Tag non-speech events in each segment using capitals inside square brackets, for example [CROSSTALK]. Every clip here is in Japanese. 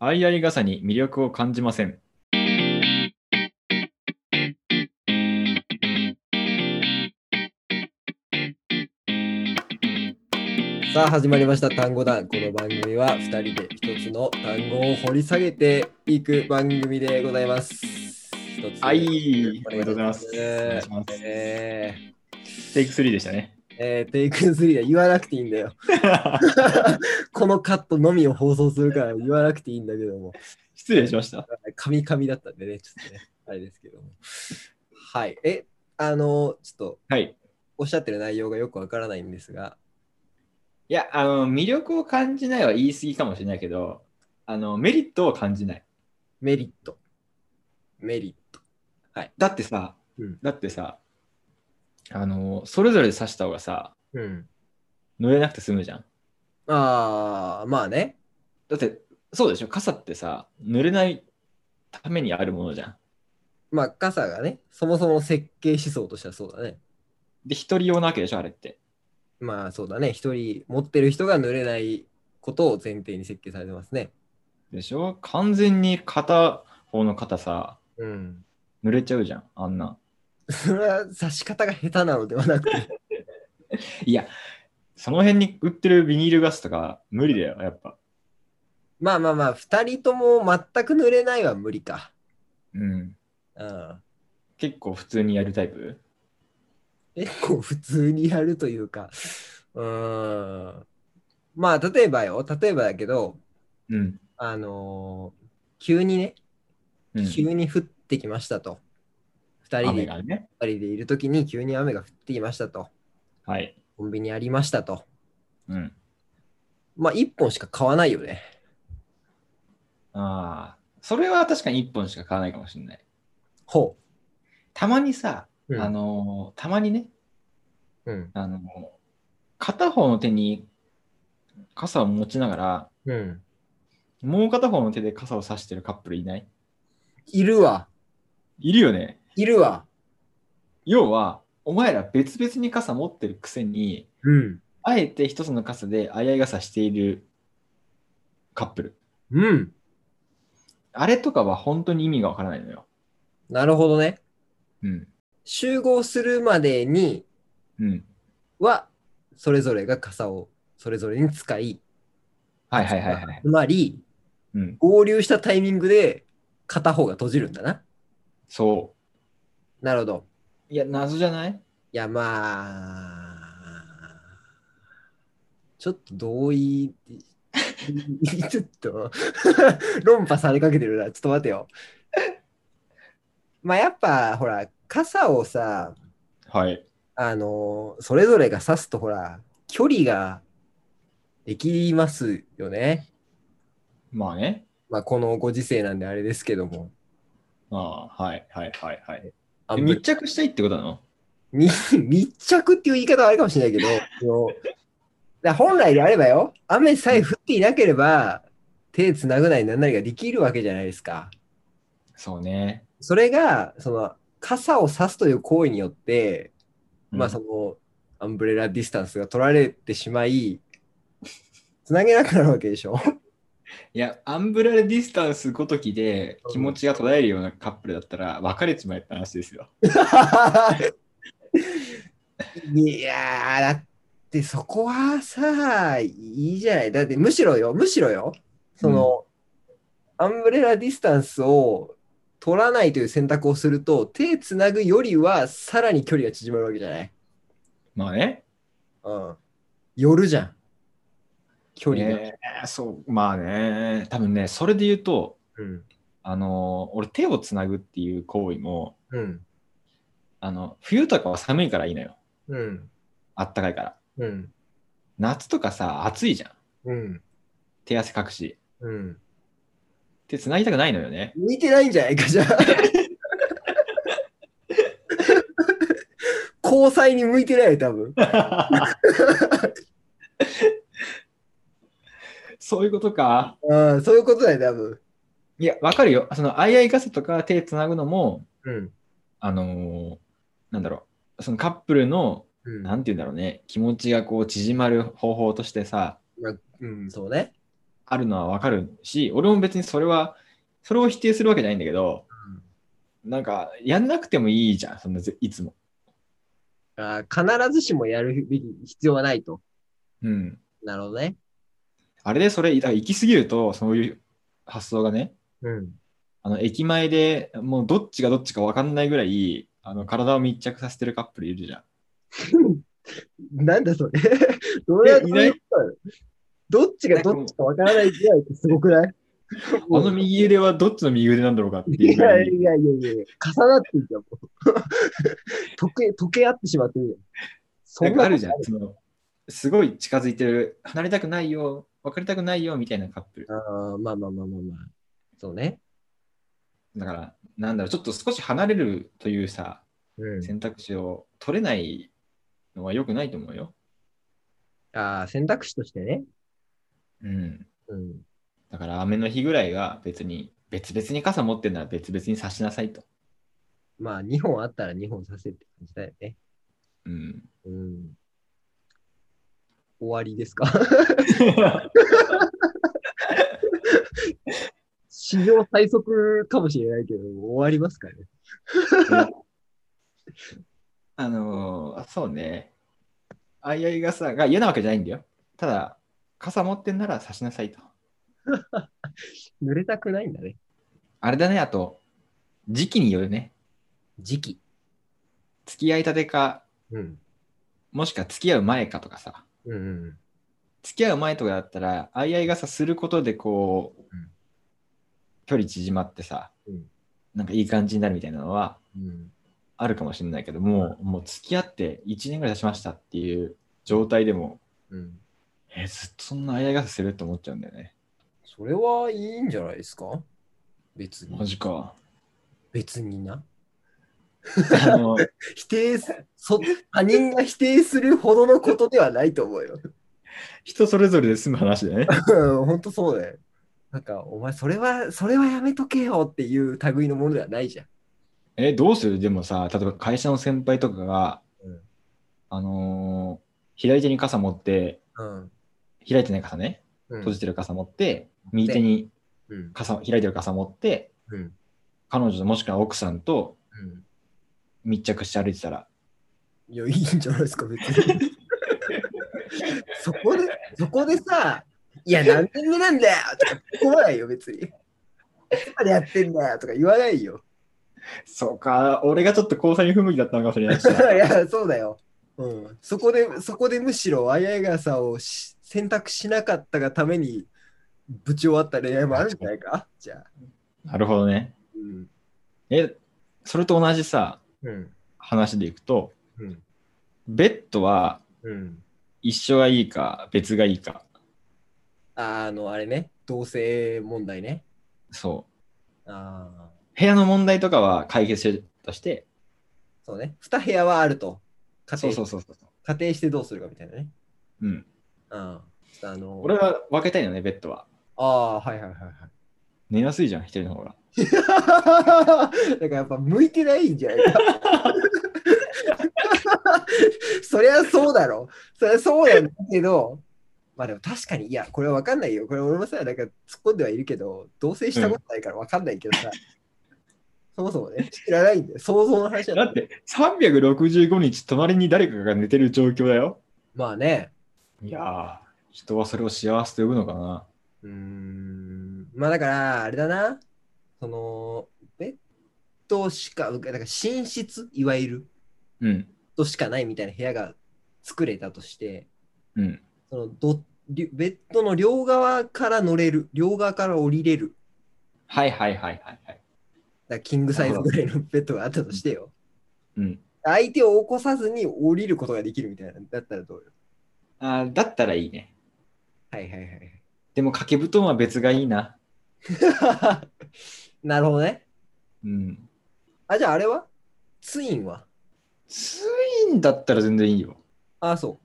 あいあい傘に魅力を感じません。さあ始まりました単語団この番組は2人で1つの単語を掘り下げていく番組でございます。一つはい、おおめ願でいとうござしいまますす。ええーテイク3でしたね。ーえーテイク3は言わなくていいんだよ。 [LAUGHS] このカットのみを放送するから言わなくていいんだけども、失礼しました。カミカミだったんでね、ちょっとね、あれですけども。はい、え、あの、ちょっとはい。おっしゃってる内容がよくわからないんですが、いや、あの、魅力を感じないは言い過ぎかもしれないけど、あの、メリットを感じない。メリット。メリット。だってさ、うんだってさ、あの、それぞれで刺した方がさ、うん。乗れなくて済むじゃん。ああ、まあね。だって、そうでしょ、傘ってさ、濡れないためにあるものじゃん。まあ、傘がね、そもそも設計思想としてはそうだね。で、一人用なわけでしょ、あれって。まあ、そうだね。一人持ってる人が濡れないことを前提に設計されてますね。でしょ完全に片方の肩さ、うん。濡れちゃうじゃん、あんな。それは刺し方が下手なのではなくて、 [LAUGHS] いや、その辺に売ってるビニールガスとか無理だよ、やっぱ。まあまあまあ、二人とも全く濡れないは無理か。うん。うん。結構普通にやるタイプ結構普通にやるというか、うーん。まあ、例えばよ、例えばだけど、うん。あのー急にね、うん、急に降ってきましたと。二、人で、雨二がね。人でいるときに急に雨が降ってきましたと。はい。コンビニありましたと。うん。まあ、1本しか買わないよね。ああ、それは確かに1本しか買わないかもしれない。ほたまにさ、う。うん、あ、のーたまにね、うん。あのー片方の手に傘を持ちながら、うん。もう片方の手で傘を差してるカップルいないいるわ。いるよね。いるわ。要は、お前ら別々に傘持ってるくせに、うん。あえて一つの傘であいあい傘しているカップル。うん。あれとかは本当に意味がわからないのよ。なるほどね。うん。集合するまでにうん。は、それぞれが傘をそれぞれに使い、はいはいはいはい。つまり、うん。合流したタイミングで片方が閉じるんだな。そなるほど。う。いや、謎じゃないいや、まあ、ちょっと同意、ちょっと論破されかけてるな。ちょっと待てよ。まあ、やっぱ、ほら、傘をさ、はい。あの、それぞれが差すと、ほら、距離ができますよね。まあね。まあ、このご時世なんであれですけども。ああ、はいはいはいはい。あんま密り着したいってことなのみ密着っていう言い方はあれかもしれないけど、その [LAUGHS] だから本来であればよ、雨さえ降っていなければ、手つなぐなりなんなりができるわけじゃないですか。そうね。それが、その、傘を差すという行為によって、うんまあその、アンブレラディスタンスが取られてしまい、つなげなくなるわけでしょ。いや、アンブラレディスタンスごときで気持ちが途絶えるようなカップルだったら別れちまえって話ですよ。 [LAUGHS] いやー、だってそこはさ、いいじゃない。だってむしろよ、むしろよ、その、アンブレラディスタンスを取らないという選択をすると、手つなぐよりはさらに距離が縮まるわけじゃない。まあね。うん。寄るじゃん。距離が。ねえそう、まあね。多分ね、それで言うと、うん。あのー俺手をつなぐっていう行為も、うん。あの、冬とかは寒いからいいのよ。うん。あったかいから。うん。夏とかさ、暑いじゃん。うん。手汗かくし。うん。手つなぎたくないのよ [LAUGHS] ね。向いてないんじゃないか、じゃあ。 [LAUGHS] 交際に向いてないよ、多分。そういうことか。うん、そういうことだよ、多分。いや、わかるよ。その、あいあい傘とか手つなぐのも、うん。あのーなんだろう。そのカップルの、うんなんて言うんだろうね。気持ちがこう縮まる方法としてさ、まあうん、そうね。あるのはわかるし、俺も別にそれは、それを否定するわけじゃないんだけど、なんか、やんなくてもいいじゃん、そんなぜいつも。あー必ずしもやるべき必要はないと。うん。なるほどね。あれでそれ、だから行き過ぎると、そういう発想がね、うん。あの駅前でもうどっちがどっちか分かんないぐらいあの体を密着させてるカップルいるじゃん。なんだそれ。 [LAUGHS] どれいないどっちがどっちかわからないぐらいってすごくない [LAUGHS] あの右腕はどっちの右腕なんだろうかっていいうぐらやいいやいやいやいや、重なってんじゃん、もう。 [LAUGHS] 溶け、溶け合ってしまってるじゃん。そなんかあることじゃん。そのすごい近づいてる、離れたくないよ、別れたくないよみたいなカップル。あーまあまあまあまあまあ。そうね。だから、なんだろう、ちょっと少し離れるというさ、うん。選択肢を取れないのは良くないと思うよ。ああ、選択肢としてね。うん。うん。だから、雨の日ぐらいは別に、別々に傘持ってるなら別々に差しなさいと。まあ、2本あったら2本させって感じだよね。 [LAUGHS] うん。うん。終わりですか [LAUGHS] 史上最速かもしれないけど、終わりますかね。あのーあそうね。あいあい傘が嫌なわけじゃないんだよ。ただ、傘持ってんなら差しなさいと。濡れたくないんだね。あれだね、あと、時期によるね。時期。付き合いたてか、うん。もしくは付き合う前かとかさ。うんうん。付き合う前とかだったら、あいあい傘することでこううん、距離縮まってさ、うんなんかいい感じになるみたいなのはうん、あるかもしれないけど、もう、もう付き合って1年ぐらい経ちましたっていう状態でも、うん。えずっとそんなあいあい傘するって思っちゃうんだよね。それはいいんじゃないですか別マに。ジか。別にな。あの、否定す、 [LAUGHS] そ他人が否定するほどのことではないと思うよ。 [LAUGHS] 人それぞれで済む話だね。うんほんとそうだよ。なんか、お前、それは、それはやめとけよっていう類のものではないじゃん。え、どうするでもさ、例えば会社の先輩とかが、うんあのー左手に傘持って、うん。開いてない傘ね、うん閉じてる傘持って、右手にうん。傘、開いてる傘持って、うん。彼女もしくは奥さんとうん。密着して歩いてたら、いや、いいんじゃないですか、別に。 [LAUGHS] そこで、そこでさ、いや、何年目なんだよとか、こわないよ、別に。いつまでやってんだよとか言わないよ。 [LAUGHS] そうか、俺がちょっと交際に不向きだったのかもし [LAUGHS] れないしいや、そうだよ。うん。そこで、そこでむしろ、あやがさをし選択しなかったがために、ぶち終わった恋愛もあるんじゃないかじゃあ。なるほどね。うん。え、それと同じさ、うん。話でいくと、うん。ベッドはうん。一緒がいいか、別がいいか。あの、あれね、同性問題ね。そう。ああ。部屋の問題とかは解決するとして、そうね。二部屋はあると。仮そう定そうそうそう。仮定してどうするかみたいなね。うん、うん。ちょっとあの俺は分けたいのね、ベッドは。ああ、はいはいはいは寝やすいじゃん、一人の方が。い。 [LAUGHS] だからやっぱ向いてないんじゃないか。 [LAUGHS] そりゃそうだろ。そりゃそうなんだけど、まあでも確かに、いや、これわかんないよ。これ俺もさ、なんか突っ込んではいるけど、同棲したことないからわかんないけどさ、そもそもね、知らないんだよ。想像の話だだって、365日隣に誰かが寝てる状況だよ。まあね、いやー、人はそれを幸せと呼ぶのかな。うーんまあだから、あれだな。その、ベッドしか、だから寝室、いわゆる、うん、としかないみたいな部屋が作れたとして、うん、そのどりベッドの両側から乗れる、両側から降りれる、はいはいはいはいはい。だからキングサイズぐらいのベッドがあったとしてよ。うん、相手を起こさずに降りることができるみたいな、だったらどうよ。あーだったらいいね。はいはいはいでも掛け布団は別がいいな。はい。 [LAUGHS] なるほどね。うん。あ、じゃああれはツインはツインだったら全然いいよ。ああ、そ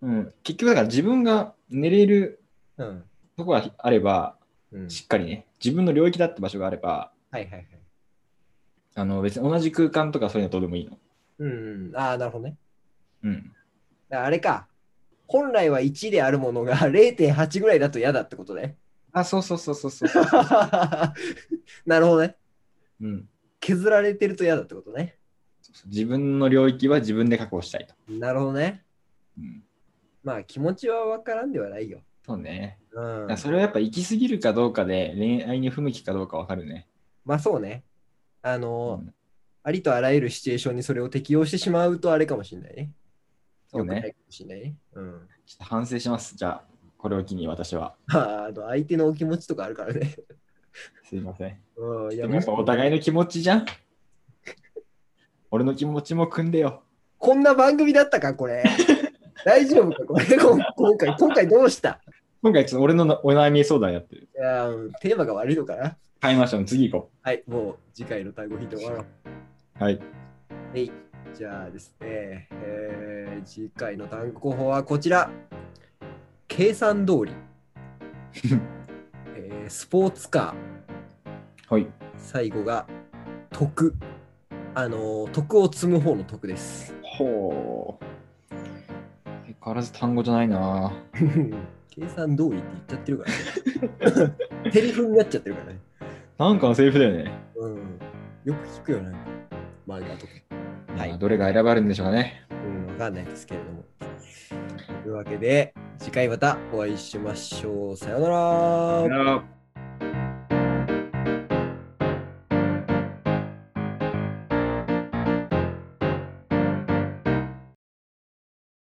うん、結局だから自分が寝れるう。うん。とこがあれば、うん、しっかりね、自分の領域だって場所があれば、はいはいはい。あの別に同じ空間とかそういうのどうでもいいの。うん、ああ、なるほどね。うん。 [LAUGHS] だからあれか。本来は1であるものが0.8ぐらいだと嫌だってことね。 [LAUGHS] あ、そうそうそうそうそうそう。なるほどね。 [LAUGHS] うん、削られてると嫌だってことね。自分の領域は自分で確保したいと。なるほどね。うん、まあ気持ちは分からんではないよ。そうね。うんだから。それはやっぱ行き過ぎるかどうかで恋愛に不向きかどうかわかるね。まあそうね。あの、うんありとあらゆるシチュエーションにそれを適用してしまうとあれかもしれないね。そう良くないね。かもしれないね。うん。 [LAUGHS] ちょっと反省します。じゃあ、これを機に私は。まあ、あの相手のお気持ちとかあるからね。 [LAUGHS] すいません。うん。いでや、もやっぱお互いの気持ちじゃ [LAUGHS] ん。俺の気持ちも組んでよ。こんな番組だったか、これ。大丈夫か、これ。こん今回、今回どうした今回ちょっと俺のなお悩み相談やってる。いやー、テーマが悪いのかな買いましょう。次行こはい、もう次回の単語ヒント終わろう。う。はい。えい。じゃあですね、えー次回の単語候補はこちら。計算通り、えースポーツカー、はい。最後が徳。あのー、徳を積む方の徳です。ほう。相変わらず単語じゃないな。計算通りって言っちゃってるからね。セ [LAUGHS] リフになっちゃってるからね。なんかのセリフだよね。うん。よく聞くよね。漫画とか。はいまあどれが選ばれるんでしょうかね。うん、わかんないですけれども。というわけで、次回またお会いしましょう。さようなら。さよなら